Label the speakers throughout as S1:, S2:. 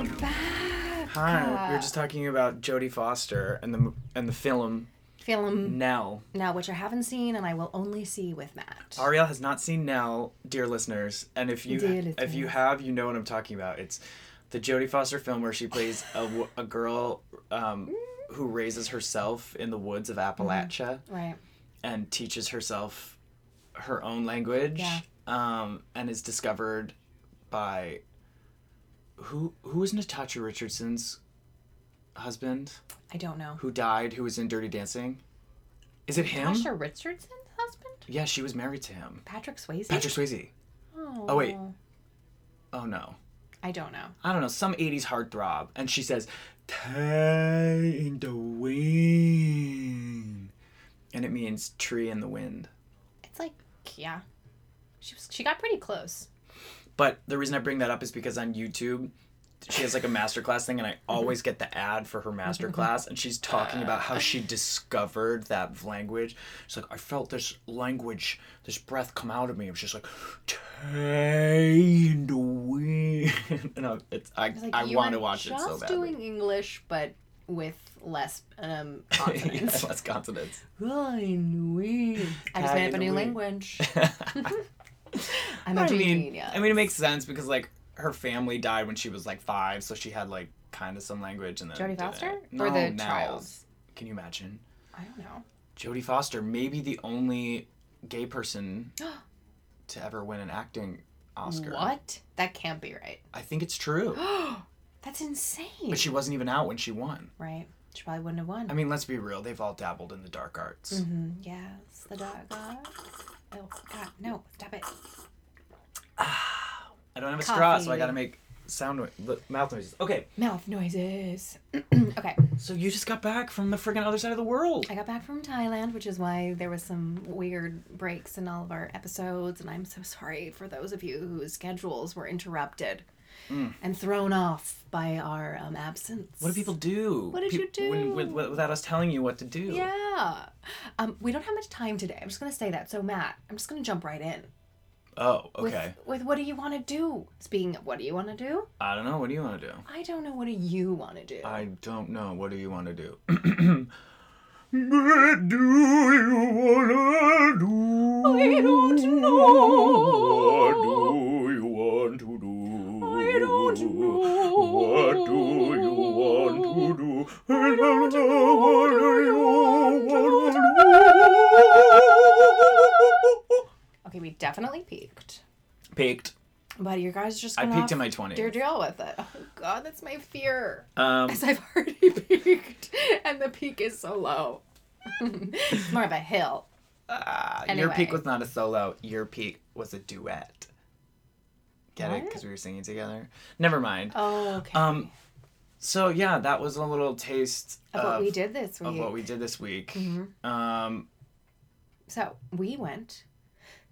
S1: Oh
S2: time, we
S1: Yeah.
S2: were just talking about Jodie Foster and the mo- and the film
S1: Film
S2: Now.
S1: now, which I haven't seen and I will only see with Matt.
S2: Ariel has not seen Now, dear listeners, and if you
S1: Dear
S2: if you
S1: listeners.
S2: have, you know what I'm talking about. It's the Jodie Foster film where she plays a, w- a girl um,
S1: Mm.
S2: who raises herself in the woods of
S1: Mm-hmm.
S2: Appalachia
S1: Right.
S2: and teaches herself her own language
S1: Yeah.
S2: um, and is discovered by who who is Natasha Richardson's husband
S1: I don't know.
S2: who died who was in Dirty Dancing? Is it him?
S1: Tasha Richardson's husband?
S2: Yeah, she was married to him.
S1: Patrick Swayze?
S2: Patrick Swayze.
S1: Oh,
S2: wait. Oh no.
S1: I don't know.
S2: I don't know, some 80s heartthrob. And she says, Tie in the wind. And it means tree in the wind.
S1: It's like, yeah. She was. She got pretty close.
S2: But the reason I bring that up is because on YouTube, she has like a masterclass thing, and I
S1: Mm-hmm.
S2: always get the ad for her masterclass. And she's talking about how
S1: Ah.
S2: she discovered that language. She's like, I felt this language, this breath come out of me. It was just like, "Taking the wind." and I, it's, I,
S1: It's like,
S2: I
S1: you
S2: want to
S1: were
S2: watch it so
S1: Just
S2: bad.
S1: doing English, but with less um, confidence.
S2: less consonants.
S1: Run, we. I just made up a new
S2: Run, we.
S1: language.
S2: I
S1: I'm a
S2: mean,
S1: genius.
S2: I mean, it makes sense because like her family died when she was like five, so she had like kind of some language and then
S1: Jodie
S2: did
S1: Foster
S2: it. uh, No,
S1: or the
S2: now.
S1: child?
S2: Can you imagine?
S1: I don't know.
S2: Jodie Foster, maybe the only gay person to ever win an acting Oscar.
S1: What? That can't be right.
S2: I think it's true.
S1: That's insane.
S2: but she wasn't even out when she won.
S1: right. She probably wouldn't have won.
S2: I mean, let's be real. They've all dabbled in the dark arts.
S1: hmm Yes, the dog. Oh God, no! Stop it.
S2: I don't have a straw, so I
S1: Coffee.
S2: gotta make sound no- mouth noises. Okay,
S1: Mouth noises. okay,
S2: so you just got back from the friggin' other side of the world.
S1: I got back from Thailand, which is why there was some weird breaks in all of our episodes, and I'm so sorry for those of you whose schedules were interrupted and thrown off by our um, absence.
S2: Mm. What do people do?
S1: What did you
S2: Peop- when- with- with- without us telling you what to do.
S1: Yeah. Um, we don't have much time today. I'm just gonna say that. So Matt, I'm just gonna jump right in.
S2: Oh,
S1: With,
S2: okay.
S1: with what do you want to do? Speaking of what do you want to do?
S2: I don't know. What do you want to do?
S1: I don't know. What do you want to do?
S2: I don't know. What do you want to do? what do you want to do?
S1: I don't know. I
S2: What do you want to do?
S1: don't know.
S2: What do you want
S1: know.
S2: to do? I don't know. What do you want to
S1: Okay, we definitely peaked,
S2: do? Peaked.
S1: but you guys are just
S2: I
S1: gonna
S2: peaked in
S1: have
S2: my
S1: to
S2: 20s.
S1: deal with it. Oh God, that's my fear.
S2: Um,
S1: As I've already peaked, and the peak is so low. it's more of a hill.
S2: Ah, Your peak
S1: Anyway.
S2: was not a solo. Your peak was a duet. Get it?
S1: What?
S2: Because we were singing together. Never mind.
S1: Oh, okay.
S2: Um, so yeah, that was a little taste
S1: of what we did this
S2: uh, of
S1: week. Mm-hmm.
S2: what we did this week. Um,
S1: So we went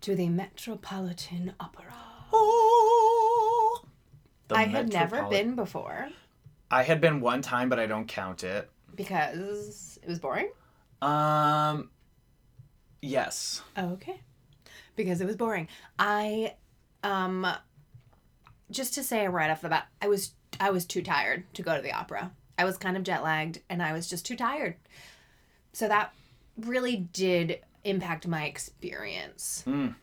S1: to the Metropolitan Opera.
S2: Oh, the
S1: I had never
S2: Metropolitan-
S1: been before
S2: I had been one time, but I don't count it.
S1: because it was boring.
S2: Um, yes.
S1: Okay. Because it was boring. I um just to say right off the bat, I was I was too tired to go to the opera. I was kind of jet lagged and I was just too tired. So that really did impact my experience.
S2: Mm.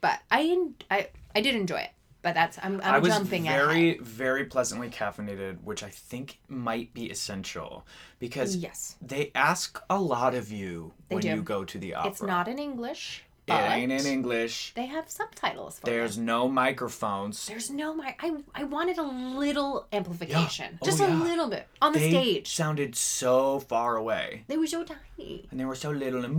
S1: But I en- I I did enjoy it. But that's I'm I'm
S2: I was
S1: jumping
S2: very,
S1: ahead.
S2: very pleasantly caffeinated, which I think might be essential because
S1: Yes.
S2: They ask a lot of you
S1: They
S2: when
S1: do.
S2: you go to the opera.
S1: It's not in English.
S2: It
S1: But
S2: ain't in English.
S1: They have subtitles for
S2: There's
S1: them.
S2: no microphones.
S1: There's no my I I wanted a little amplification.
S2: Oh,
S1: Just a
S2: yeah.
S1: little bit on the
S2: they
S1: stage.
S2: sounded so far away,
S1: They were so tiny.
S2: and they were so little, and,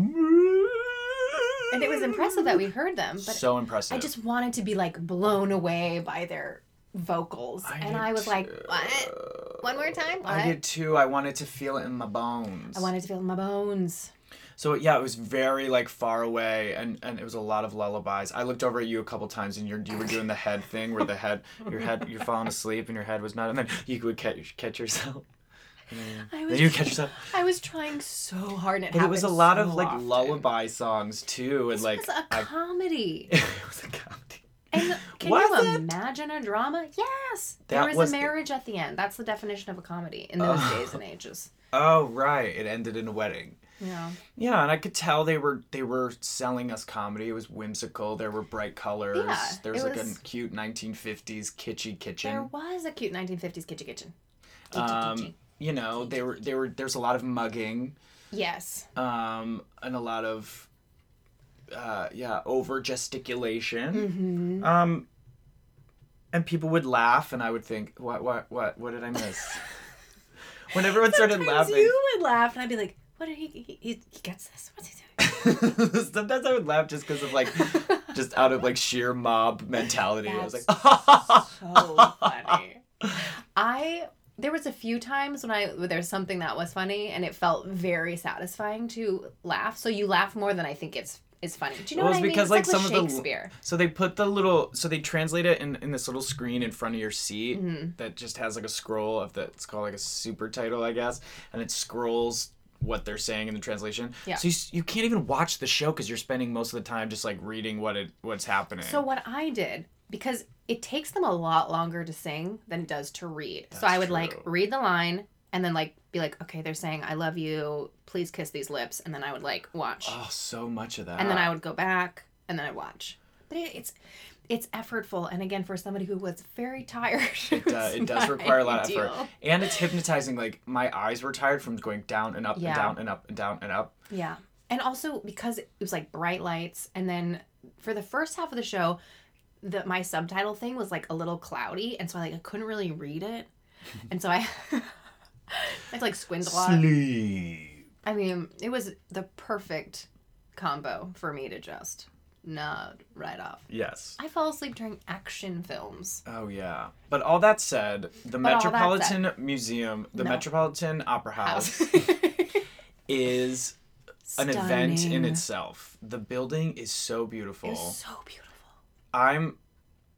S1: And it was impressive that we heard them, but
S2: so impressive.
S1: I just wanted to be like blown away by their vocals.
S2: I
S1: and
S2: did
S1: I was like,
S2: too.
S1: what? One more time? What?
S2: I did too. I wanted to feel it in my bones.
S1: I wanted to feel it in my bones.
S2: So yeah, it was very like far away, and and it was a lot of lullabies. I looked over at you a couple times, and you you were doing the head thing where the head your head you're falling asleep and your head was not, and then you would catch catch yourself.
S1: I
S2: Then
S1: was
S2: you catch yourself.
S1: I was trying so hard and it
S2: But it was a lot of like
S1: lullaby.
S2: lullaby songs too, and
S1: It
S2: like
S1: was a
S2: I-
S1: comedy.
S2: it was a comedy.
S1: And can
S2: Was
S1: you
S2: it?
S1: imagine a drama? Yes.
S2: That
S1: there is
S2: was
S1: a
S2: the-
S1: marriage at the end. That's the definition of a comedy in those
S2: Oh.
S1: days and ages.
S2: Oh right, it ended in a wedding.
S1: Yeah.
S2: Yeah, and I could tell they were they were selling us comedy. It was whimsical. There were bright colors.
S1: Yeah,
S2: there was
S1: it
S2: like
S1: was-
S2: a cute 1950s kitschy
S1: There
S2: kitchen.
S1: was a cute 1950s kitchen kitchen. Kitchen
S2: Um,
S1: kitchen.
S2: you know, they were they were there's a lot of mugging
S1: Yes.
S2: um, and a lot of uh, yeah over gesticulation.
S1: Mm-hmm.
S2: Um, and people would laugh, and I would think, what what what what did I miss? when everyone started
S1: Sometimes
S2: laughing,
S1: you would laugh, and I'd be like, "What did he? He, he, he gets this. What's he doing?"
S2: Sometimes I would laugh just because of like, just out of like sheer mob mentality.
S1: That's
S2: I was
S1: So funny. I there was a few times when I where there's something that was funny, and it felt very satisfying to laugh. So you laugh more than I think it's is funny. Do you know
S2: Well,
S1: what I
S2: it's
S1: mean?
S2: because,
S1: It's
S2: like,
S1: with
S2: some of the-
S1: Shakespeare.
S2: like, so they put the little, so they translate it in, in this little screen in front of your seat
S1: Mhm.
S2: that just has like a scroll of the, it's called like a super title, I guess, and it scrolls what they're saying in the translation.
S1: Yeah.
S2: So you, s- you can't even watch the show because you're spending most of the time just like reading what it what's happening.
S1: So what I did because it takes them a lot longer to sing than it does to read. so I would like
S2: true.
S1: read the line and then like be like, okay, they're saying I love you, please kiss these lips, and then I would like watch,
S2: oh, so much of that.
S1: and then I would go back and then I'd watch. But it, it's it's effortful, and again for somebody who was very tired, it,
S2: do- it does require a lot of effort. And it's hypnotizing. Like my eyes were tired from going down and up
S1: Yeah.
S2: and down and up and down and up.
S1: Yeah. And also because it was like bright lights and then for the first half of the show, the my subtitle thing was like a little cloudy and so I like I couldn't really read it. And so I I had to like squint a lot.
S2: Sleep.
S1: I mean, it was the perfect combo for me to just nod right off.
S2: Yes.
S1: I fall asleep during action films.
S2: Oh yeah. But all that said, the
S1: But all that said-
S2: Metropolitan Museum, the
S1: No.
S2: Metropolitan Opera House is an event in
S1: Stunning.
S2: itself. The building is so beautiful.
S1: It was so beautiful.
S2: I'm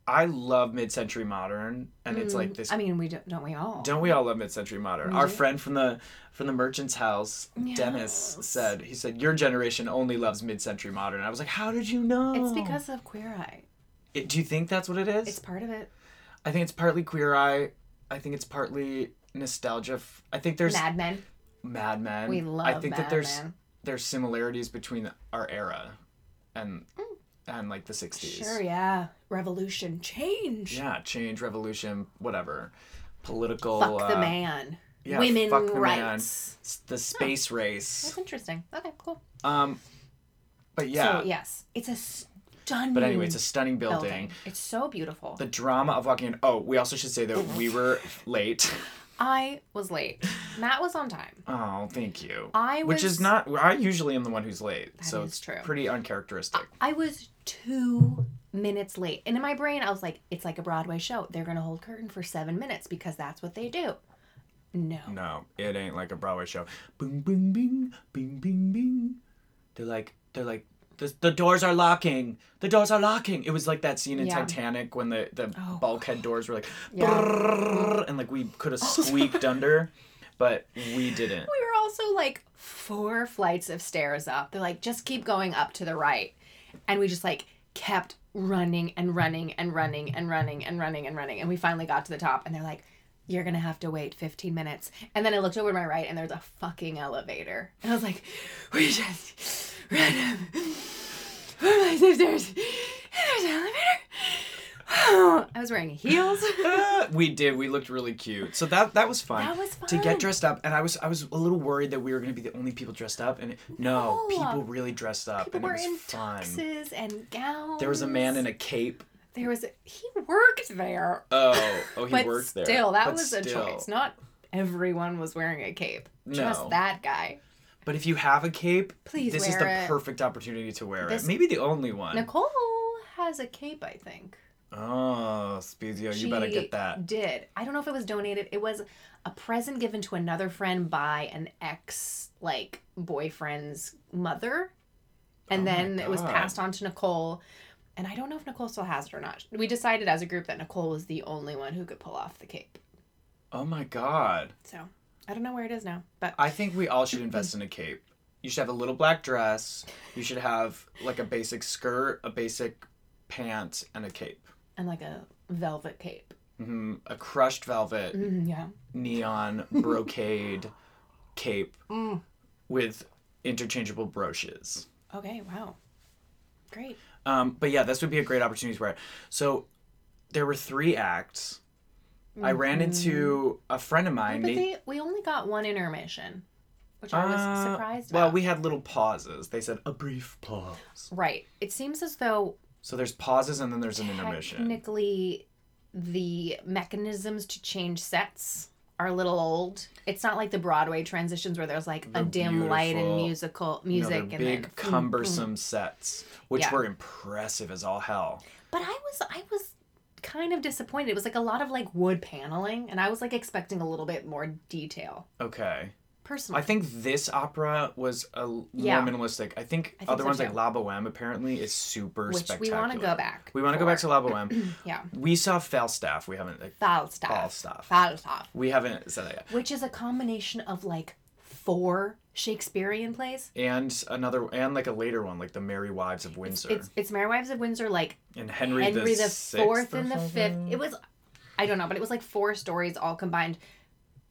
S2: I love mid-century modern and it's like
S1: Mm,
S2: this
S1: I mean, we don't, don't we all?
S2: Don't we all love mid-century modern?
S1: We
S2: Our
S1: do.
S2: friend from the from the merchant's house, Dennis,
S1: Yes.
S2: said he said your generation only loves mid-century modern. I was like, how did you know?
S1: It's because of Queer Eye.
S2: It- do you think that's what it is?
S1: It's part of it.
S2: I think it's partly queer eye. I think it's partly nostalgia. F- I think there's
S1: Mad Men.
S2: Mad Men.
S1: We love
S2: I think
S1: Mad
S2: that there's
S1: Men.
S2: there's similarities between our era, and and like the '60s.
S1: Mm. Sure, yeah. Revolution, change.
S2: Yeah, change, revolution, whatever, political.
S1: Fuck the
S2: uh,
S1: man.
S2: yeah,
S1: Women
S2: fuck the man.
S1: rights.
S2: s- The space race.
S1: That's interesting. Okay, cool.
S2: Um, but yeah.
S1: So yes, it's a stunning.
S2: But anyway, it's a stunning building.
S1: building. It's so beautiful.
S2: The drama of walking in. Oh, we also should say that we were late.
S1: I was late. Matt was on time.
S2: Oh, thank you.
S1: I was.
S2: Which is not. I usually am the one who's late, so
S1: is
S2: it's
S1: true.
S2: pretty uncharacteristic.
S1: I was two minutes late, and in my brain, I was like, "It's like a Broadway show. They're gonna hold curtain for seven minutes because that's what they do." No.
S2: No, it ain't like a Broadway show. Bing, bing, bing, bing, bing, bing. They're like, they're like, the, the doors are locking. The doors are locking. It was like that scene in
S1: Yeah.
S2: Titanic when the, the
S1: Oh,
S2: bulkhead doors were like,
S1: Yeah.
S2: brrrr, and like we could have squeaked under, but we didn't.
S1: We were also like four flights of stairs up. They're like, just keep going up to the right. And we just like kept running and running and running and running and running and running. And we finally got to the top and they're like, you're gonna have to wait 15 minutes. And then I looked over to my right and there's a fucking elevator. And I was like, we just ran up four flights of stairs. And there's an elevator. I was wearing heels.
S2: Ah, we did. We looked really cute. So that that was fun.
S1: That was
S2: To
S1: fun.
S2: get dressed up, and I was I was a little worried that we were gonna be the only people dressed up, and
S1: No.
S2: no, people really dressed up,
S1: People
S2: and it
S1: were
S2: was
S1: in
S2: fun.
S1: tuxes and gowns.
S2: There was a man in a cape.
S1: There was he worked there.
S2: Oh, oh, he
S1: but
S2: worked there.
S1: still, that
S2: But
S1: was
S2: still.
S1: a choice. Not everyone was wearing a cape.
S2: No.
S1: Just that guy.
S2: But if you have a cape,
S1: Please
S2: this is
S1: wear
S2: the
S1: it.
S2: perfect opportunity to wear
S1: This-
S2: it. Maybe the only one.
S1: Nicole has a cape, I think.
S2: Oh, Spezio, you better
S1: She
S2: get that.
S1: Did I don't know if it was donated. It was a present given to another friend by an ex like boyfriend's mother, and
S2: Oh my
S1: then it was
S2: God.
S1: passed on to Nicole. And I don't know if Nicole still has it or not. We decided as a group that Nicole was the only one who could pull off the cape.
S2: Oh my god.
S1: So I don't know where it is now, but
S2: I think we all should invest in a cape. You should have a little black dress. You should have like a basic skirt, a basic pants, and a cape.
S1: and like a velvet cape.
S2: hmm A crushed velvet,
S1: Mm, yeah.
S2: neon brocade cape with interchangeable brooches.
S1: Okay. Wow. Great.
S2: Um, but yeah, this would be a great opportunity for it. So there were three acts. I
S1: Mm-hmm.
S2: ran into a friend of mine.
S1: But
S2: Nate-
S1: they we only got one intermission, which I was
S2: Uh,
S1: surprised.
S2: Well,
S1: about.
S2: we had little pauses. They said a brief pause.
S1: right. It seems as though
S2: So there's pauses and then there's an intermission.
S1: technically the mechanisms to change sets are a little old. It's not like the Broadway transitions where there's like a
S2: They're
S1: dim light and
S2: beautiful.
S1: musical
S2: You know,
S1: music
S2: they're
S1: and
S2: big,
S1: then
S2: cumbersome sets, which
S1: Yeah.
S2: were impressive as all hell.
S1: But I was I was kind of disappointed. It was like a lot of like wood paneling and I was like expecting a little bit more detail.
S2: Okay.
S1: Personally.
S2: I think this opera was a l-
S1: Yeah.
S2: more minimalistic. I think,
S1: I think
S2: other
S1: so
S2: ones
S1: too.
S2: like La Boheme apparently is super
S1: which we
S2: spectacular.
S1: want to go back.
S2: We want to go back to La Boheme.
S1: Yeah.
S2: we saw Falstaff. We haven't like,
S1: Falstaff.
S2: Falstaff.
S1: Falstaff.
S2: we haven't said that yet.
S1: Which is a combination of like four Shakespearean plays.
S2: And another and like a later one, like the Merry Wives of Windsor
S1: It's it's Mary Wives of Windsor like
S2: and Henry,
S1: Henry the
S2: Sixth
S1: fourth
S2: or
S1: and the fifth.
S2: something?
S1: It was, I don't know, but it was like four stories all combined.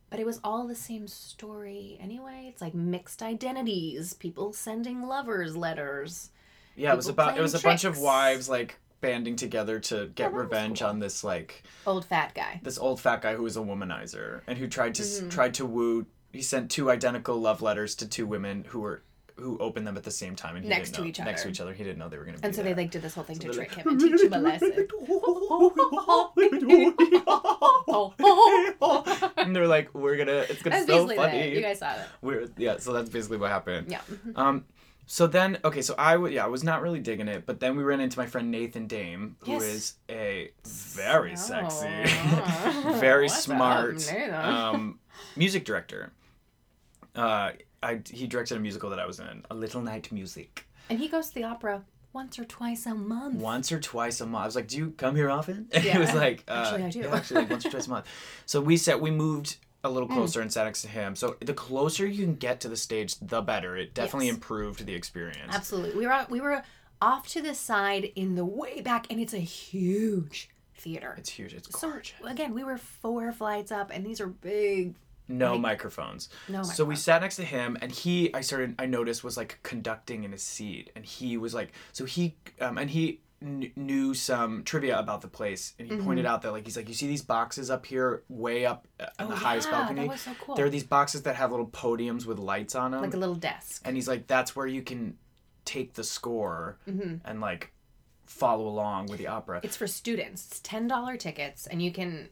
S1: But it was all the same story anyway. It's like mixed identities, people sending lovers letters.
S2: Yeah, it was
S1: people
S2: about it
S1: playing
S2: was a bunch of
S1: tricks.
S2: wives like banding together to get
S1: that was
S2: revenge
S1: cool.
S2: on this like
S1: Old fat guy.
S2: this old fat guy who was a womanizer and who tried to s
S1: Mm-hmm.
S2: tried to woo. He sent two identical love letters to two women who were who opened them at the same time and he
S1: Next
S2: didn't
S1: to
S2: know,
S1: each
S2: next to
S1: other.
S2: each other. He didn't know they were gonna.
S1: And
S2: be
S1: so
S2: there.
S1: they like did this whole thing to
S2: they're
S1: trick
S2: like,
S1: him and teach him a lesson.
S2: and they're like, we're gonna. It's gonna
S1: That's
S2: be so
S1: basically
S2: funny.
S1: it. You guys Mm-hmm. saw that.
S2: We're yeah. So that's basically what happened.
S1: Yeah.
S2: Um. So then, okay. So I would yeah, I was not really digging it, but then we ran into my friend Nathan Dame, who is
S1: Yes.
S2: a very
S1: Oh.
S2: sexy, very
S1: What's up,
S2: smart
S1: Nathan?
S2: um, music director. Uh, I he directed a musical that I was in, A Little Night Music.
S1: And he goes to the opera once or twice a month.
S2: once or twice a month. I was like, "Do you come here often?"
S1: Yeah.
S2: it was like, uh,
S1: Actually, I do.
S2: yeah, actually, like once or twice a month. So we sat. We moved a
S1: Hmm.
S2: little closer and sat next to him. So the closer you can get to the stage, the better. It definitely
S1: Yes.
S2: improved the experience.
S1: Absolutely. We were we were off to the side in the way back, and it's a huge theater.
S2: It's huge. It's
S1: So
S2: gorgeous.
S1: again, we were four flights up, and these are big.
S2: no microphones.
S1: No
S2: So we
S1: microphones.
S2: sat next to him, and he, I started, I noticed was like conducting in his seat, and he was like, so he, um, and he kn- knew some trivia about the place, and he pointed
S1: Mm-hmm.
S2: out that like he's like, you see these boxes up here, way up uh, on
S1: Oh,
S2: the highest
S1: yeah, that
S2: balcony.
S1: was so cool.
S2: There are these boxes that have little podiums with lights on them,
S1: Like a little desk.
S2: and he's like, that's where you can take the score
S1: Mm-hmm.
S2: and like follow along with the opera.
S1: It's for students. It's ten dollar tickets, and you can.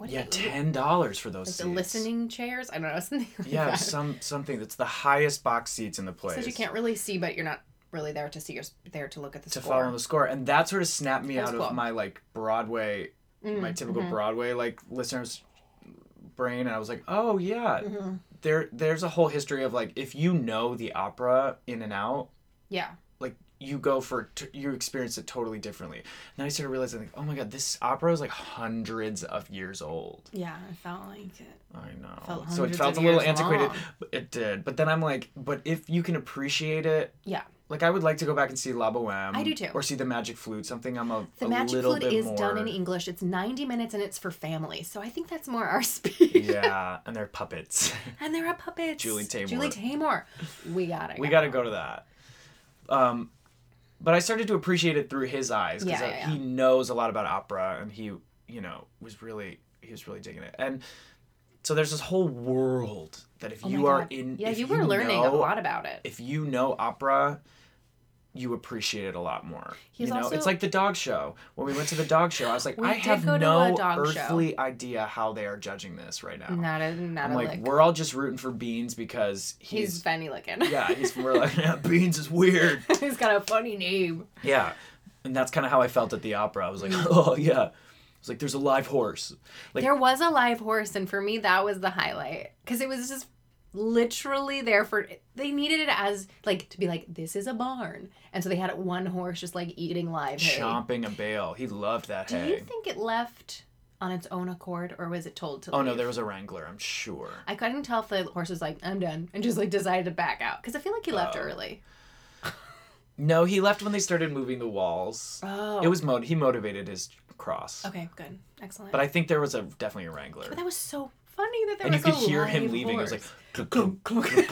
S1: What
S2: yeah,
S1: is it?
S2: ten dollars for those
S1: The
S2: seats.
S1: listening chairs. I don't know something like
S2: Yeah,
S1: that.
S2: some something that's the highest box seats in the place.
S1: Because you can't really see, but you're not really there to see. You're s- there to look at the
S2: to
S1: score.
S2: follow the score and that sort of snapped me
S1: That was
S2: out
S1: cool.
S2: of my like broadway
S1: Mm,
S2: my
S1: Mm-hmm.
S2: typical broadway like listeners brain and i was like oh yeah
S1: Mm-hmm.
S2: there there's a whole history of like if you know the opera in and out
S1: yeah.
S2: like you go for t- you experience it totally differently and then i started realizing like oh my god this opera is like hundreds of years old
S1: Yeah, I felt like it.
S2: i know
S1: Felt
S2: so it
S1: hundreds
S2: felt
S1: of
S2: a little
S1: years
S2: antiquated
S1: long.
S2: but it did but then i'm like but if you can appreciate it
S1: Yeah.
S2: like I would like to go back and see La Boheme.
S1: I do too.
S2: Or see the Magic Flute, something I'm a,
S1: The
S2: a
S1: magic
S2: little
S1: flute
S2: bit
S1: is
S2: more.
S1: done in E- English. It's 90 minutes and it's for families. So I think that's more our speed.
S2: yeah, and they're puppets.
S1: And there are puppets.
S2: Julie Taymor.
S1: Julie Taymor. We got it.
S2: we got to go to that. Um, but I started to appreciate it through his eyes because
S1: Yeah, yeah,
S2: he knows a lot about opera, and he, you know, was really he was really digging it. And so there's this whole world that if
S1: Oh my
S2: you are
S1: God.
S2: in,
S1: Yeah,
S2: if
S1: you were learning a
S2: know-
S1: lot about it.
S2: If you know opera. You appreciate it a lot more.
S1: He's
S2: you know,
S1: also-
S2: it's like the dog show. When we went to the dog show, I was like,
S1: We
S2: I
S1: did
S2: have
S1: go to a
S2: no
S1: dog show.
S2: earthly idea how they are judging this right now.
S1: Not a not
S2: I'm
S1: a
S2: like,
S1: lick.
S2: we're all just rooting for Beans because
S1: He's,
S2: he's,
S1: funny looking.
S2: yeah, he's we're like yeah, Beans is weird.
S1: he's got a funny name.
S2: Yeah, and that's kind of how I felt at the opera. I was like, oh yeah, it's like there's a live horse. Like
S1: There was a live horse, and for me, that was the highlight because it was just literally there for. They needed it as like to be like this is a barn, and so they had one horse just like eating live hay.
S2: chomping a bale. He loved that
S1: Do
S2: hay.
S1: you think it left on its own accord, or was it told to?
S2: oh no,
S1: leave?
S2: there was a wrangler. I'm sure.
S1: I couldn't tell if
S2: Oh.
S1: the horse was like, I'm done, and just like decided to back out. Because I feel like he left early.
S2: No, he left when they started moving the walls.
S1: Oh.
S2: It was mo- he motivated his cross.
S1: Okay, good. Excellent.
S2: But I think there was a definitely a Wrangler.
S1: But that was so funny that there
S2: and you
S1: was a
S2: could hear him
S1: live
S2: leaving.
S1: Horse.
S2: It was like glug, glug, glug, glug,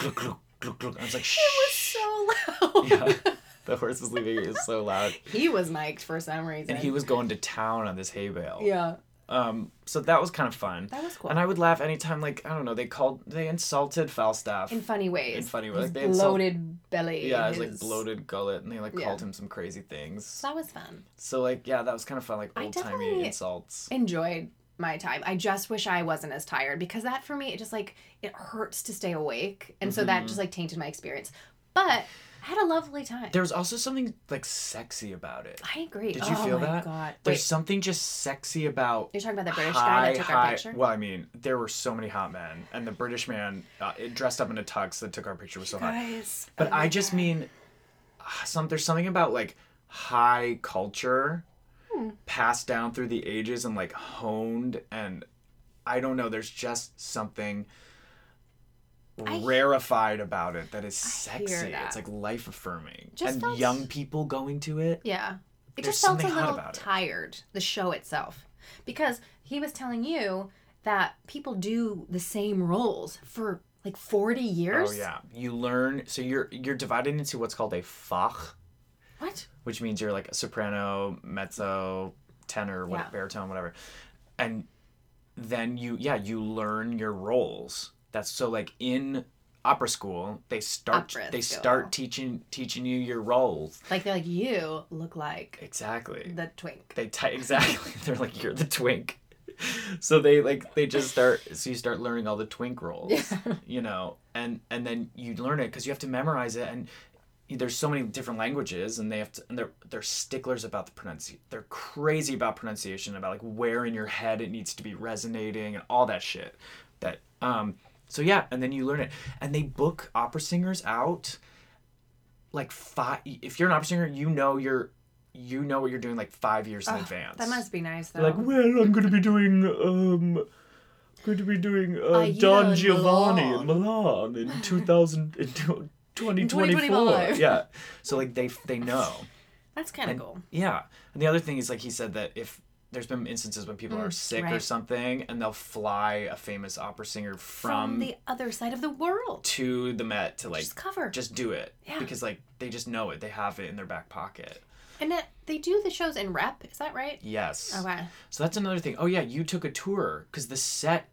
S2: glug, glug, glug, glug. I was like, shh.
S1: It was so loud.
S2: yeah. The horse was leaving. It was so loud,
S1: he was mic'd for some reason.
S2: and he was going to town on this hay bale.
S1: Yeah,
S2: Um. So that was kind of fun.
S1: that was cool.
S2: And I would laugh anytime, like I don't know, they called, they insulted Falstaff.
S1: in funny ways.
S2: in funny ways.
S1: His
S2: They insult-
S1: bloated belly.
S2: yeah, it was like
S1: his-
S2: bloated gullet, and they like
S1: Yeah.
S2: called him some crazy things.
S1: That was fun.
S2: So like, yeah, that was kind of fun, like
S1: I
S2: old timey
S1: definitely-
S2: insults.
S1: Enjoyed my time. I just wish I wasn't as tired because that for me, it just like it hurts to stay awake, and so that
S2: Mhm.
S1: just like tainted my experience. But I had a lovely time.
S2: There was also something like sexy about it.
S1: I agree.
S2: Did you
S1: oh
S2: feel
S1: my
S2: that?
S1: God.
S2: There's
S1: Wait,
S2: something just sexy about.
S1: you're talking about the British guy
S2: high,
S1: that took
S2: high-
S1: our picture.
S2: Well, I mean, there were so many hot men, and the British man uh, it dressed up in a tux that took our picture was so hot.
S1: Guys,
S2: But
S1: oh my
S2: I just
S1: God.
S2: mean, ah, some there's something about like high culture
S1: Hmm.
S2: passed down through the ages and like honed, and I don't know. There's just something
S1: I-
S2: rarefied about it that is
S1: I hear
S2: sexy.
S1: that.
S2: It's like life affirming,
S1: Just
S2: and
S1: felt-
S2: young people going to it.
S1: Yeah. It
S2: There's
S1: just felt a
S2: something hot
S1: little
S2: about it.
S1: tired, the show itself. Because he was telling you that people do the same roles for like 40 years.
S2: Oh yeah, you learn. So you're you're divided into what's called a fach,
S1: What?
S2: which means you're like a soprano, mezzo, tenor, what,
S1: Yeah.
S2: baritone, whatever. And then you, yeah, you learn your roles. That's so like in opera school, they start
S1: Opera
S2: they
S1: school.
S2: start teaching teaching you your roles.
S1: Like they're like, you look like
S2: Exactly.
S1: the twink.
S2: They t- exactly. They're like you're the twink. So they like they just start so you start learning all the twink roles,
S1: Yeah.
S2: you know, and and then you learn it because you have to memorize it and there's so many different languages and they have to and they're they're sticklers about the pronunciation they're crazy about pronunciation about like where in your head it needs to be resonating and all that shit that um so yeah and then you learn it and they book opera singers out like five if you're an opera singer you know you're you know what you're doing like five years in
S1: Ugh,
S2: advance
S1: That must be nice though.
S2: They're like well i'm gonna be doing um going to be doing uh,
S1: A year
S2: don
S1: in
S2: giovanni in milan in 2000 in 2024
S1: 2025.
S2: yeah so like they they know
S1: That's kind of cool.
S2: yeah. And the other thing is like he said that if there's been instances when people are sick or
S1: Mm, right.
S2: something and they'll fly a famous opera singer
S1: From,
S2: from,
S1: the other side of the world.
S2: to the Met to like
S1: Just cover.
S2: just do it
S1: Yeah.
S2: because like they just know it. They have it in their back pocket.
S1: and that they do the shows in rep. Is that right?
S2: Yes.
S1: Okay.
S2: So that's another thing. Oh yeah, you took a tour cuz the set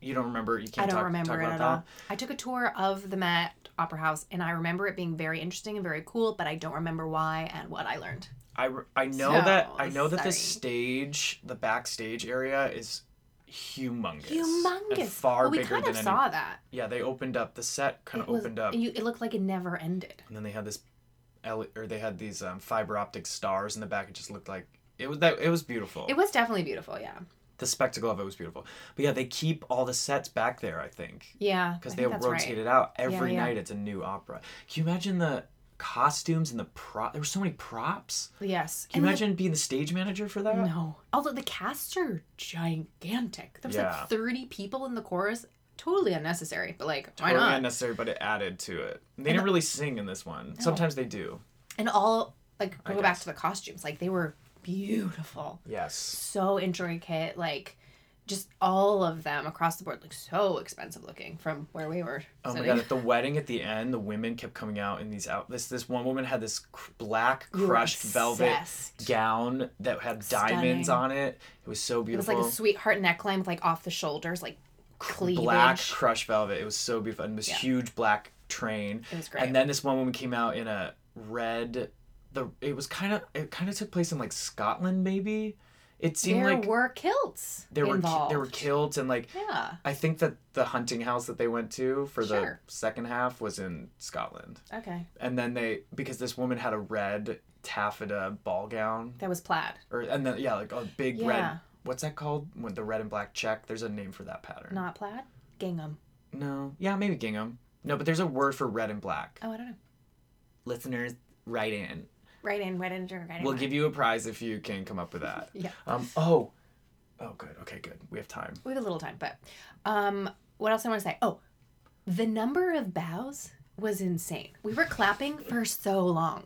S2: you don't remember you
S1: I
S2: can't
S1: don't
S2: talk,
S1: remember
S2: talk
S1: it
S2: about
S1: at
S2: that.
S1: all. I took a tour of the Met Opera House, and I remember it being very interesting and very cool, but I don't remember why and what I learned.
S2: I, re- I know
S1: So,
S2: that I know that
S1: sorry.
S2: the stage, the backstage area is humongous.
S1: Humongous.
S2: And far
S1: Well, we
S2: bigger
S1: kind
S2: than
S1: of
S2: any
S1: saw that.
S2: Yeah, they opened up the set kind
S1: It
S2: of
S1: was-
S2: opened up.
S1: You, it looked like it never ended.
S2: and then they had this L- or they had these um, fiber optic stars in the back it just looked like it was that it was beautiful
S1: It was definitely beautiful. Yeah.
S2: the spectacle of it was beautiful but yeah they keep all the sets back there i think
S1: Yeah.
S2: because
S1: I
S2: they
S1: think that's
S2: rotate
S1: right.
S2: it out every
S1: yeah.
S2: night it's a new opera can you imagine the costumes and the prop there were so many props
S1: Yes.
S2: can you
S1: and
S2: imagine being the stage manager for that
S1: The, no. Although the casts are gigantic. There was
S2: Yeah.
S1: like 30 people in the chorus. Totally unnecessary, but like, why
S2: Totally
S1: not?
S2: unnecessary, but it added to it. They didn't really sing in this one. Sometimes they do.
S1: and all, like,
S2: I
S1: go back
S2: guess.
S1: to the costumes. Like, they were beautiful.
S2: Yes.
S1: so intricate, like just all of them across the board, like so expensive looking from where we were
S2: Oh my
S1: sitting.
S2: god! At the wedding, at the end, the women kept coming out in these out. This this one woman had this cr- black
S1: You were
S2: crushed velvet
S1: obsessed.
S2: gown that had diamonds
S1: Stunning.
S2: on it. It was
S1: It
S2: so
S1: was
S2: beautiful.
S1: like a sweetheart neckline with like off the shoulders, like cleavage.
S2: black crushed velvet. It was so beautiful. And this
S1: Yeah.
S2: huge black train.
S1: It was great.
S2: And then this one woman came out in a red. The it was kind of it kind of took place in like Scotland maybe. It seemed
S1: there
S2: like
S1: were kilts
S2: there were ki-
S1: involved.
S2: there were kilts and like
S1: yeah.
S2: I think that the hunting house that they went to for
S1: Sure.
S2: the second half was in Scotland.
S1: Okay.
S2: and then they because this woman had a red taffeta ball gown
S1: That was plaid.
S2: or and then yeah like a big
S1: Yeah.
S2: red what's that called when the red and black check there's a name for that pattern
S1: Not plaid. Gingham.
S2: no yeah maybe gingham no but there's a word for red and black
S1: Oh, I don't know.
S2: listeners write in
S1: Right in, right in, right in.
S2: we'll give you a prize if you can come up with that
S1: Yeah.
S2: um oh oh good okay good we have time
S1: We have a little time, but um, what else I want to say? Oh, the number of bows was insane. We were clapping for so long.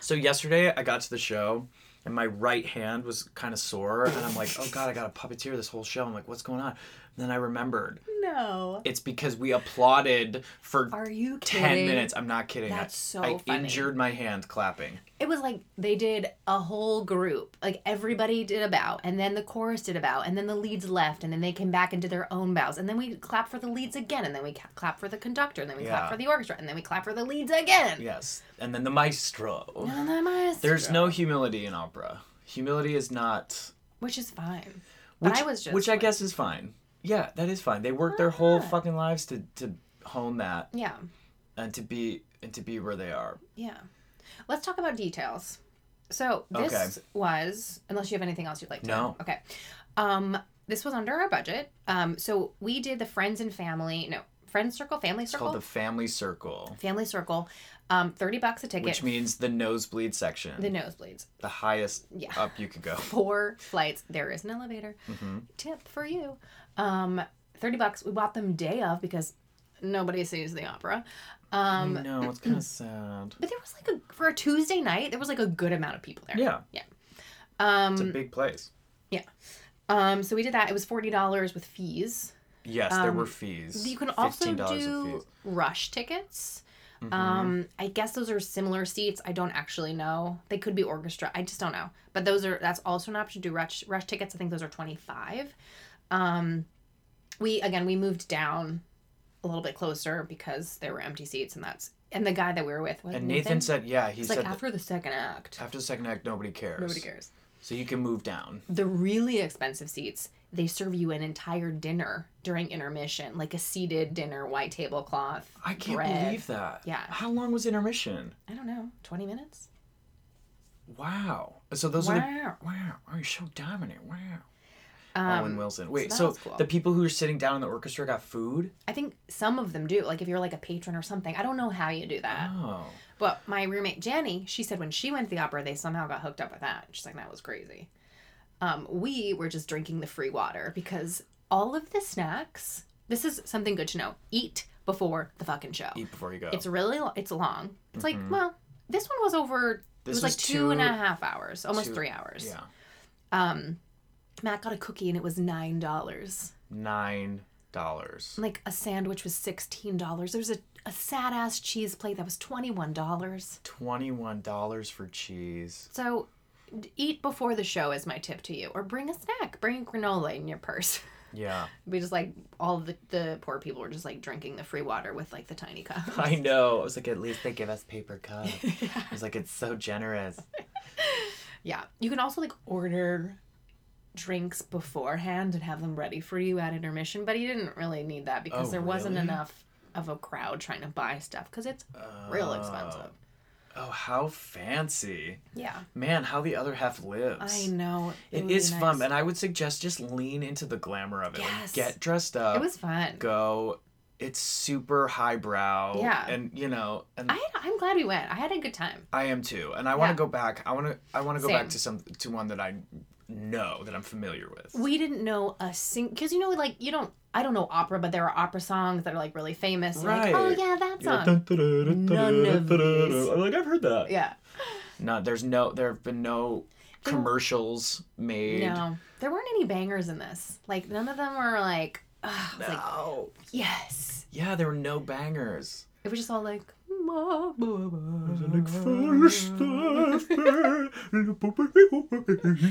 S2: So yesterday I got to the show and my right hand was kind of sore and I'm like, oh god, I got to puppeteer this whole show. I'm like, what's going on? And then I remembered
S1: No.
S2: it's because we applauded for
S1: Are you kidding?
S2: 10 minutes. I'm not kidding. I-
S1: That's so
S2: I
S1: funny.
S2: injured my hand clapping.
S1: It was like they did a whole group. Like everybody did a bow, and then the chorus did a bow, and then the leads left, and then they came back and did their own bows, and then we clapped for the leads again, and then we ca- clapped for the conductor, and then we
S2: Yeah.
S1: clapped for the orchestra, and then we clapped for the leads again.
S2: Yes. And then the maestro.
S1: And then I must-
S2: There's no humility in opera. Humility is not
S1: which is fine.
S2: which,
S1: but I was just Ah.
S2: which I guess is fine. Yeah, that is fine. They work their whole fucking lives to to hone that
S1: yeah
S2: and to be and to be where they are.
S1: yeah. Let's talk about details. So this
S2: Okay.
S1: was unless you have anything else you'd like to
S2: No.
S1: add. okay. Um, this was under our budget. Um, so we did the friends and family no friends circle family
S2: It's
S1: circle
S2: called the family circle,
S1: family circle, um, thirty bucks a ticket.
S2: which means the nosebleed section,
S1: the
S2: the,
S1: nosebleeds.
S2: highest
S1: Yeah.
S2: up you could go.
S1: Four flights. There is an elevator.
S2: Mm-hmm.
S1: Tip for you. Um, thirty bucks. We bought them day of because nobody sees the opera. Um,
S2: no, it's kind of sad.
S1: but there was like a for a Tuesday night, there was like a good amount of people there.
S2: Yeah,
S1: Um.
S2: it's a big place.
S1: Um. So we did that. It was forty dollars with fees.
S2: Yes, there were fees.
S1: um, You can also
S2: $15 of
S1: do
S2: fees. Mm-hmm.
S1: rush tickets. Um, I guess those are similar seats. I don't actually know. They could be orchestra. I just don't know. But those are that's also an option. Do rush rush tickets. I think those are twenty five. Um, we again we moved down a little bit closer because there were empty seats, and that's and the guy that we were with was
S2: And Nathan said, "Yeah, he
S1: it's
S2: said
S1: like
S2: that after,
S1: after the second act,
S2: the second act, nobody cares.
S1: nobody cares.
S2: So you can move down.
S1: The really expensive seats, they serve you an entire dinner during intermission, like a seated dinner, white tablecloth.
S2: I can't
S1: bread.
S2: believe that.
S1: Yeah.
S2: How long was intermission?
S1: I don't know, 20 minutes?
S2: Wow. So those are the Oh,
S1: Wow.
S2: Wow, are you so dominant? Wow. Owen
S1: Um,
S2: Wilson. Wait,
S1: that
S2: so,
S1: was cool.
S2: the people who are sitting down in the orchestra got food?
S1: I think some of them do. Like if you're like a patron or something. I don't know how you do that.
S2: Oh.
S1: But my roommate Jenny, she said when she went to the opera, they somehow got hooked up with that. She's like, that was crazy. Um, we were just drinking the free water because all of the snacks. This is something good to know. Eat before the fucking show.
S2: Eat before you go.
S1: It's really lo- it's long. It's like well, this one was over.
S2: Mm-hmm. This
S1: it was,
S2: was
S1: like two and a
S2: two-
S1: half hours, almost
S2: two-
S1: three hours.
S2: yeah.
S1: Um, Matt got a cookie and it was nine dollars.
S2: Nine dollars.
S1: Like a sandwich was sixteen dollars. There's a a sad ass cheese plate that was twenty one dollars.
S2: Twenty-one dollars for cheese.
S1: So, d- eat before the show is my tip to you, or bring a snack. Bring granola in your purse.
S2: Yeah.
S1: We just like all the the poor people were just like drinking the free water with like the tiny cup.
S2: I know. I was like, at least they give us paper cups. I was like, it's so generous.
S1: Yeah. You can also like order drinks beforehand and have them ready for you at intermission, but he didn't really need that because
S2: Oh,
S1: there wasn't
S2: really?
S1: enough of a crowd trying to buy stuff because it's real expensive.
S2: Oh, how fancy.
S1: Yeah.
S2: Man, how the other half lives.
S1: I know.
S2: It
S1: would be
S2: is fun,
S1: nice.
S2: and I would suggest just lean into the glamour of it. Like,
S1: Yes.
S2: get dressed up.
S1: It was fun.
S2: go. It's super highbrow.
S1: Yeah.
S2: And you know, and
S1: I
S2: I,
S1: had, I'm glad we went. I had a good time.
S2: am too. And I want to
S1: Yeah.
S2: go back. I want to. I want to go back
S1: Same.
S2: to some to one that I know that I'm familiar with.
S1: We didn't know a sing because you know like you don't I don't know opera, but there are opera songs that are like really famous. and You're like,
S2: Right.
S1: oh yeah, that
S2: You're
S1: song.
S2: like, "Dun, da-da-da,
S1: None of
S2: da-da-da-da."
S1: these.
S2: I'm like I've heard that.
S1: yeah.
S2: No, there's no. There have been no commercials made.
S1: No, there weren't any bangers in this. Like none of them were like, ugh, I was like
S2: No.
S1: yes.
S2: yeah, there were no bangers.
S1: It was just all like, "Ma, ma, ma."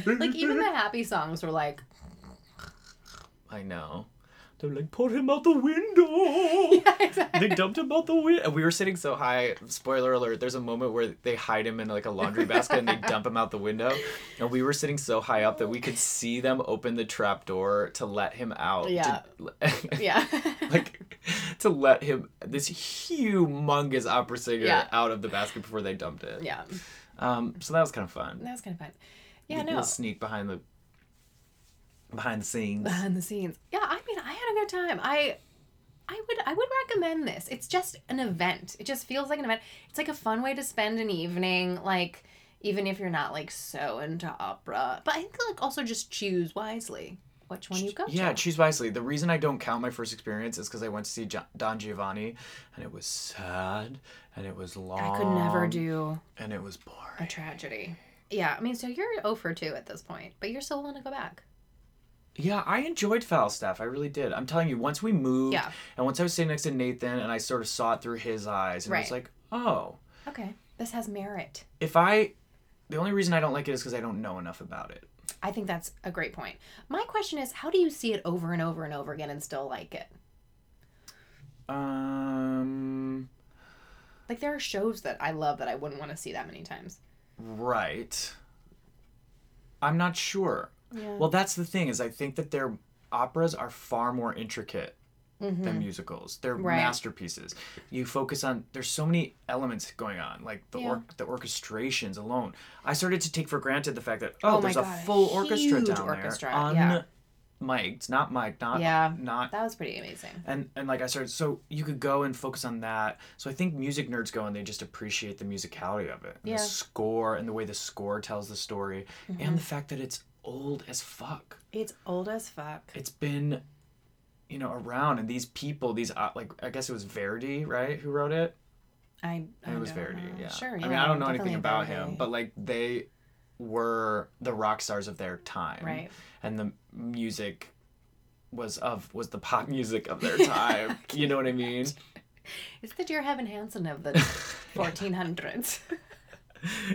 S1: like even the happy songs were like,
S2: I know. They're like, put him out the window. They dumped him out the window. We were sitting so high. Spoiler alert: There's a moment where they hide him in like a laundry basket and they dump him out the window. And we were sitting so high up that we could see them open the trap door to let him out. to-
S1: Yeah. yeah,
S2: like to let him this humongous opera singer
S1: Yeah.
S2: out of the basket before they dumped it.
S1: yeah.
S2: Um. So that was kind of fun.
S1: That was kind of fun. Yeah,
S2: Little
S1: no.
S2: sneak behind the behind the scenes.
S1: Behind the scenes. Yeah, I mean, I had a good time. I, I would, I would recommend this. It's just an event. It just feels like an event. It's like a fun way to spend an evening. Like even if you're not like so into opera, but I think like also just choose wisely. which one you go
S2: Yeah,
S1: to.
S2: choose wisely. The reason I don't count my first experience is because I went to see Jo- Don Giovanni, and it was sad, and it was long.
S1: I could never do
S2: And it was
S1: a
S2: boring.
S1: tragedy. Yeah, I mean, so you're 0 for 2 at this point, but you're still willing to go back.
S2: Yeah, I enjoyed Falstaff. I really did. I'm telling you, once we moved,
S1: Yeah.
S2: and once I was sitting next to Nathan, and I sort of saw it through his eyes, and I was
S1: Right.
S2: like, oh,
S1: Okay, this has merit.
S2: if I, the only reason I don't like it is because I don't know enough about it.
S1: I think that's a great point. My question is, how do you see it over and over and over again and still like it?
S2: Um,
S1: Like there are shows that I love that I wouldn't want to see that many times.
S2: right. I'm not sure.
S1: Yeah.
S2: Well, that's the thing is I think that their operas are far more intricate
S1: Mm-hmm.
S2: than musicals. They're
S1: Hmm. Right.
S2: masterpieces. You focus on there's so many elements going on, like the
S1: Yeah.
S2: or, the orchestrations alone. I started to take for granted the fact that oh,
S1: Oh my
S2: there's a
S1: God, a
S2: full orchestra
S1: huge
S2: down
S1: orchestra,
S2: there. Un-
S1: yeah.
S2: mic'd, not mic'd, not
S1: Yeah.
S2: not
S1: that was pretty amazing.
S2: and and like I started so you could go and focus on that. So I think music nerds go and they just appreciate the musicality of it. And
S1: Yeah.
S2: The score and the way the score tells the story and the fact that it's old as fuck.
S1: Mm-hmm. It's old as fuck.
S2: It's been you know around and these people these uh, like I guess it was Verdi, right? Who wrote it?
S1: I, I
S2: It was
S1: don't
S2: Verdi,
S1: know.
S2: yeah.
S1: Sure.
S2: I mean, I don't know anything about him, but like they were the rock stars of their time.
S1: Right.
S2: And the music was of was the pop music of their time. you know what I mean?
S1: it's the Dear Heaven Hansen of the 1400s.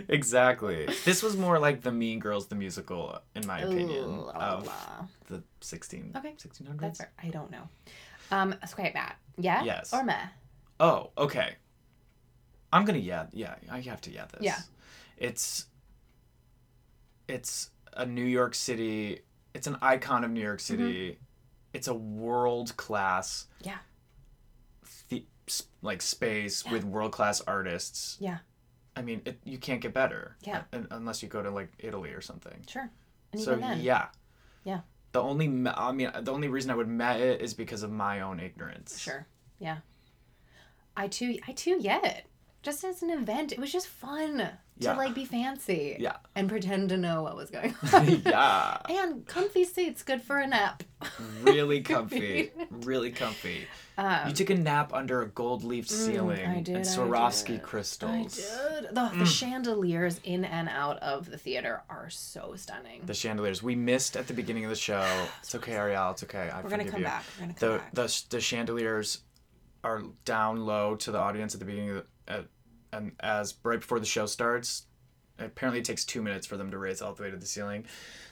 S2: Exactly. This was more like the Mean Girls the musical, in my opinion,
S1: Ooh, la, la,
S2: of
S1: la.
S2: the 16
S1: Okay,
S2: 1600s.
S1: That's fair. I don't know. Um, okay, Matt. Yeah.
S2: Yes.
S1: Or meh.
S2: Oh, okay. I'm gonna yeah yeah I have to yeah this.
S1: Yeah.
S2: It's. It's a New York City. It's an icon of New York City. It's a world class.
S1: Mm-hmm. Yeah.
S2: The, like space with world class artists.
S1: Yeah.
S2: I mean, it, you can't get better.
S1: Yeah.
S2: un- unless you go to like Italy or something.
S1: Sure. And
S2: So
S1: even then.
S2: yeah.
S1: Yeah.
S2: The only me- I mean the only reason I would met it is because of my own ignorance.
S1: Sure. Yeah. I too I too get it. Just as an event, it was just fun
S2: Yeah.
S1: to like be fancy.
S2: Yeah.
S1: And pretend to know what was going on.
S2: yeah.
S1: and comfy seats, good for a nap.
S2: Really comfy. really comfy. you
S1: Um, Mm,
S2: took a nap under a gold leaf ceiling
S1: I did, I
S2: and Swarovski
S1: did. I
S2: crystals.
S1: did. The,
S2: Mm.
S1: the chandeliers in and out of the theater are so stunning.
S2: The chandeliers we missed at the beginning of the show. It's okay, Ariel. It's okay. I
S1: We're gonna
S2: forgive
S1: come
S2: you.
S1: back. We're gonna come
S2: the
S1: back.
S2: the the chandeliers are down low to the audience at the beginning of the, at, and as right before the show starts apparently it takes two minutes for them to raise all the way to the ceiling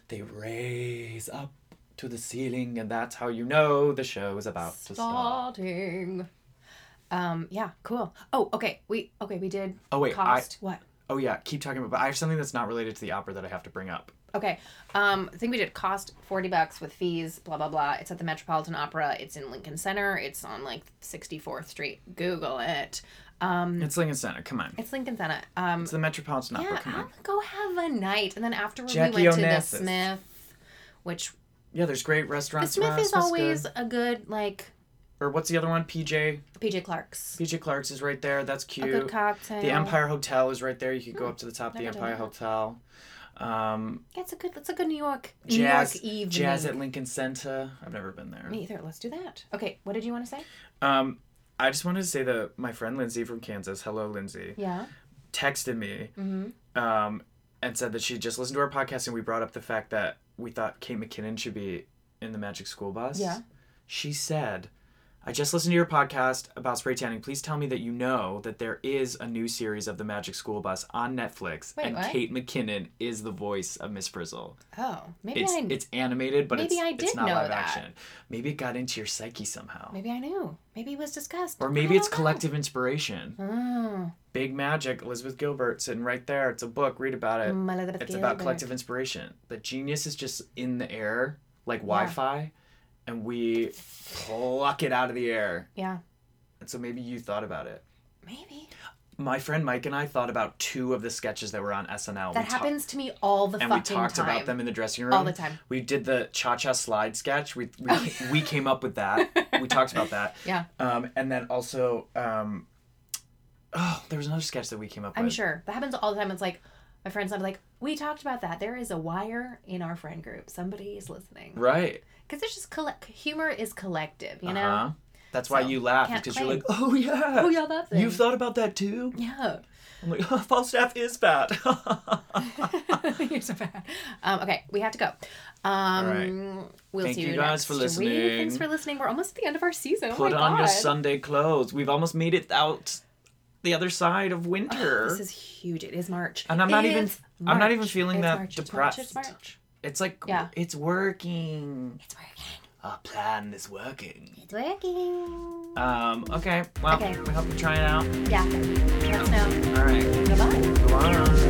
S2: they raise up to the ceiling and that's how you know the show is about to start
S1: Starting. Um, yeah, cool. Oh, okay. We okay, we did
S2: oh wait I,
S1: cost what?
S2: oh yeah keep talking about but i have something that's not related to the opera that i have to bring up
S1: Okay. Um, I think we did cost 40 bucks with fees, blah, blah, blah. It's at the Metropolitan Opera. It's in Lincoln Center. It's on like 64th Street. Google it. Um,
S2: it's lincoln center come on
S1: it's Lincoln Center. Um,
S2: it's the metropolitan opera
S1: yeah,
S2: come
S1: I'll
S2: on
S1: go have a night. And then afterwards,
S2: Jackie
S1: we went to the
S2: Onassis.
S1: Smith, which
S2: yeah there's great
S1: the
S2: restaurants
S1: Smith
S2: around.
S1: is
S2: Smith's
S1: always
S2: good.
S1: a good, like,
S2: or what's the other one pj
S1: PJ Clark's.
S2: pj clark's is right there that's cute
S1: A good cocktail.
S2: The Empire Hotel is right there. You could go up to the top of the
S1: never done
S2: Empire Hotel. Um,
S1: Yeah, it's a good, that's a good New York,
S2: jazz,
S1: New York evening.
S2: jazz at Lincoln Center. I've never been there.
S1: Me either. Let's do that. Okay, what did you want to say?
S2: Um, I just wanted to say that my friend Lindsay from Kansas, hello Lindsay,
S1: Yeah.
S2: texted me
S1: Mm-hmm.
S2: um, and said that she just listened to our podcast and we brought up the fact that we thought Kate McKinnon should be in the Magic School Bus.
S1: Yeah.
S2: She said, I just listened to your podcast about spray tanning. Please tell me that you know that there is a new series of The Magic School Bus on Netflix,
S1: Wait,
S2: and
S1: what?
S2: Kate McKinnon is the voice of Miss Frizzle.
S1: Oh, maybe
S2: It's
S1: I
S2: it's animated, but
S1: maybe
S2: it's,
S1: I
S2: it's
S1: did
S2: not
S1: know
S2: live
S1: that.
S2: action. Maybe it got into your psyche somehow,
S1: maybe I knew. Maybe it was discussed.
S2: or
S1: I
S2: maybe it's
S1: don't know.
S2: collective inspiration.
S1: Mm.
S2: Big Magic, Elizabeth Gilbert, sitting right there. It's a book. Read about it.
S1: My little
S2: It's about
S1: Gilbert.
S2: collective inspiration. The genius is just in the air, like Wi-Fi, and we pluck it out of the air.
S1: Yeah,
S2: And so maybe you thought about it.
S1: maybe
S2: My friend Mike and I thought about two of the sketches that were on SNL.
S1: that
S2: we talked-
S1: happens to me all the
S2: and we
S1: fucking
S2: talked
S1: time.
S2: about them in the dressing room
S1: All the time.
S2: We did the cha cha slide sketch. We we, we came up with that. We talked about that.
S1: Yeah,
S2: Um, and then also, um, oh, there was another sketch that we came up
S1: I'm
S2: with.
S1: sure that happens all the time. It's like, My friends, I'm like, we talked about that. There is a wire in our friend group. Somebody is listening.
S2: Right.
S1: Because it's just collect. Humor is collective, you know.
S2: Uh-huh. That's why
S1: So,
S2: you laugh
S1: can't
S2: because you're
S1: claim.
S2: like, oh yeah,
S1: Oh yeah, that thing.
S2: you've thought about that too.
S1: yeah.
S2: I'm like, Falstaff is bad.
S1: Oh You're so bad. Um, okay, we have to go. Um, We'll
S2: Thank
S1: see
S2: you
S1: you,
S2: guys
S1: next
S2: for
S1: Week.
S2: listening.
S1: Thanks for listening. We're almost at the end of our season.
S2: Put
S1: oh my
S2: on
S1: God.
S2: your Sunday clothes. We've almost made it out the other side of winter.
S1: Oh, This is huge. It is March.
S2: And I'm not
S1: It
S2: even-
S1: is
S2: I'm not
S1: March.
S2: even feeling
S1: It's
S2: that
S1: March, it's March,
S2: depressed.
S1: It's March.
S2: It's like
S1: Yeah.
S2: it's working.
S1: It's working.
S2: Our plan is working.
S1: It's working.
S2: Um. Okay. Well,
S1: Okay.
S2: we hope you try it out.
S1: Yeah. Let us know.
S2: All right.
S1: Goodbye.
S2: Bye.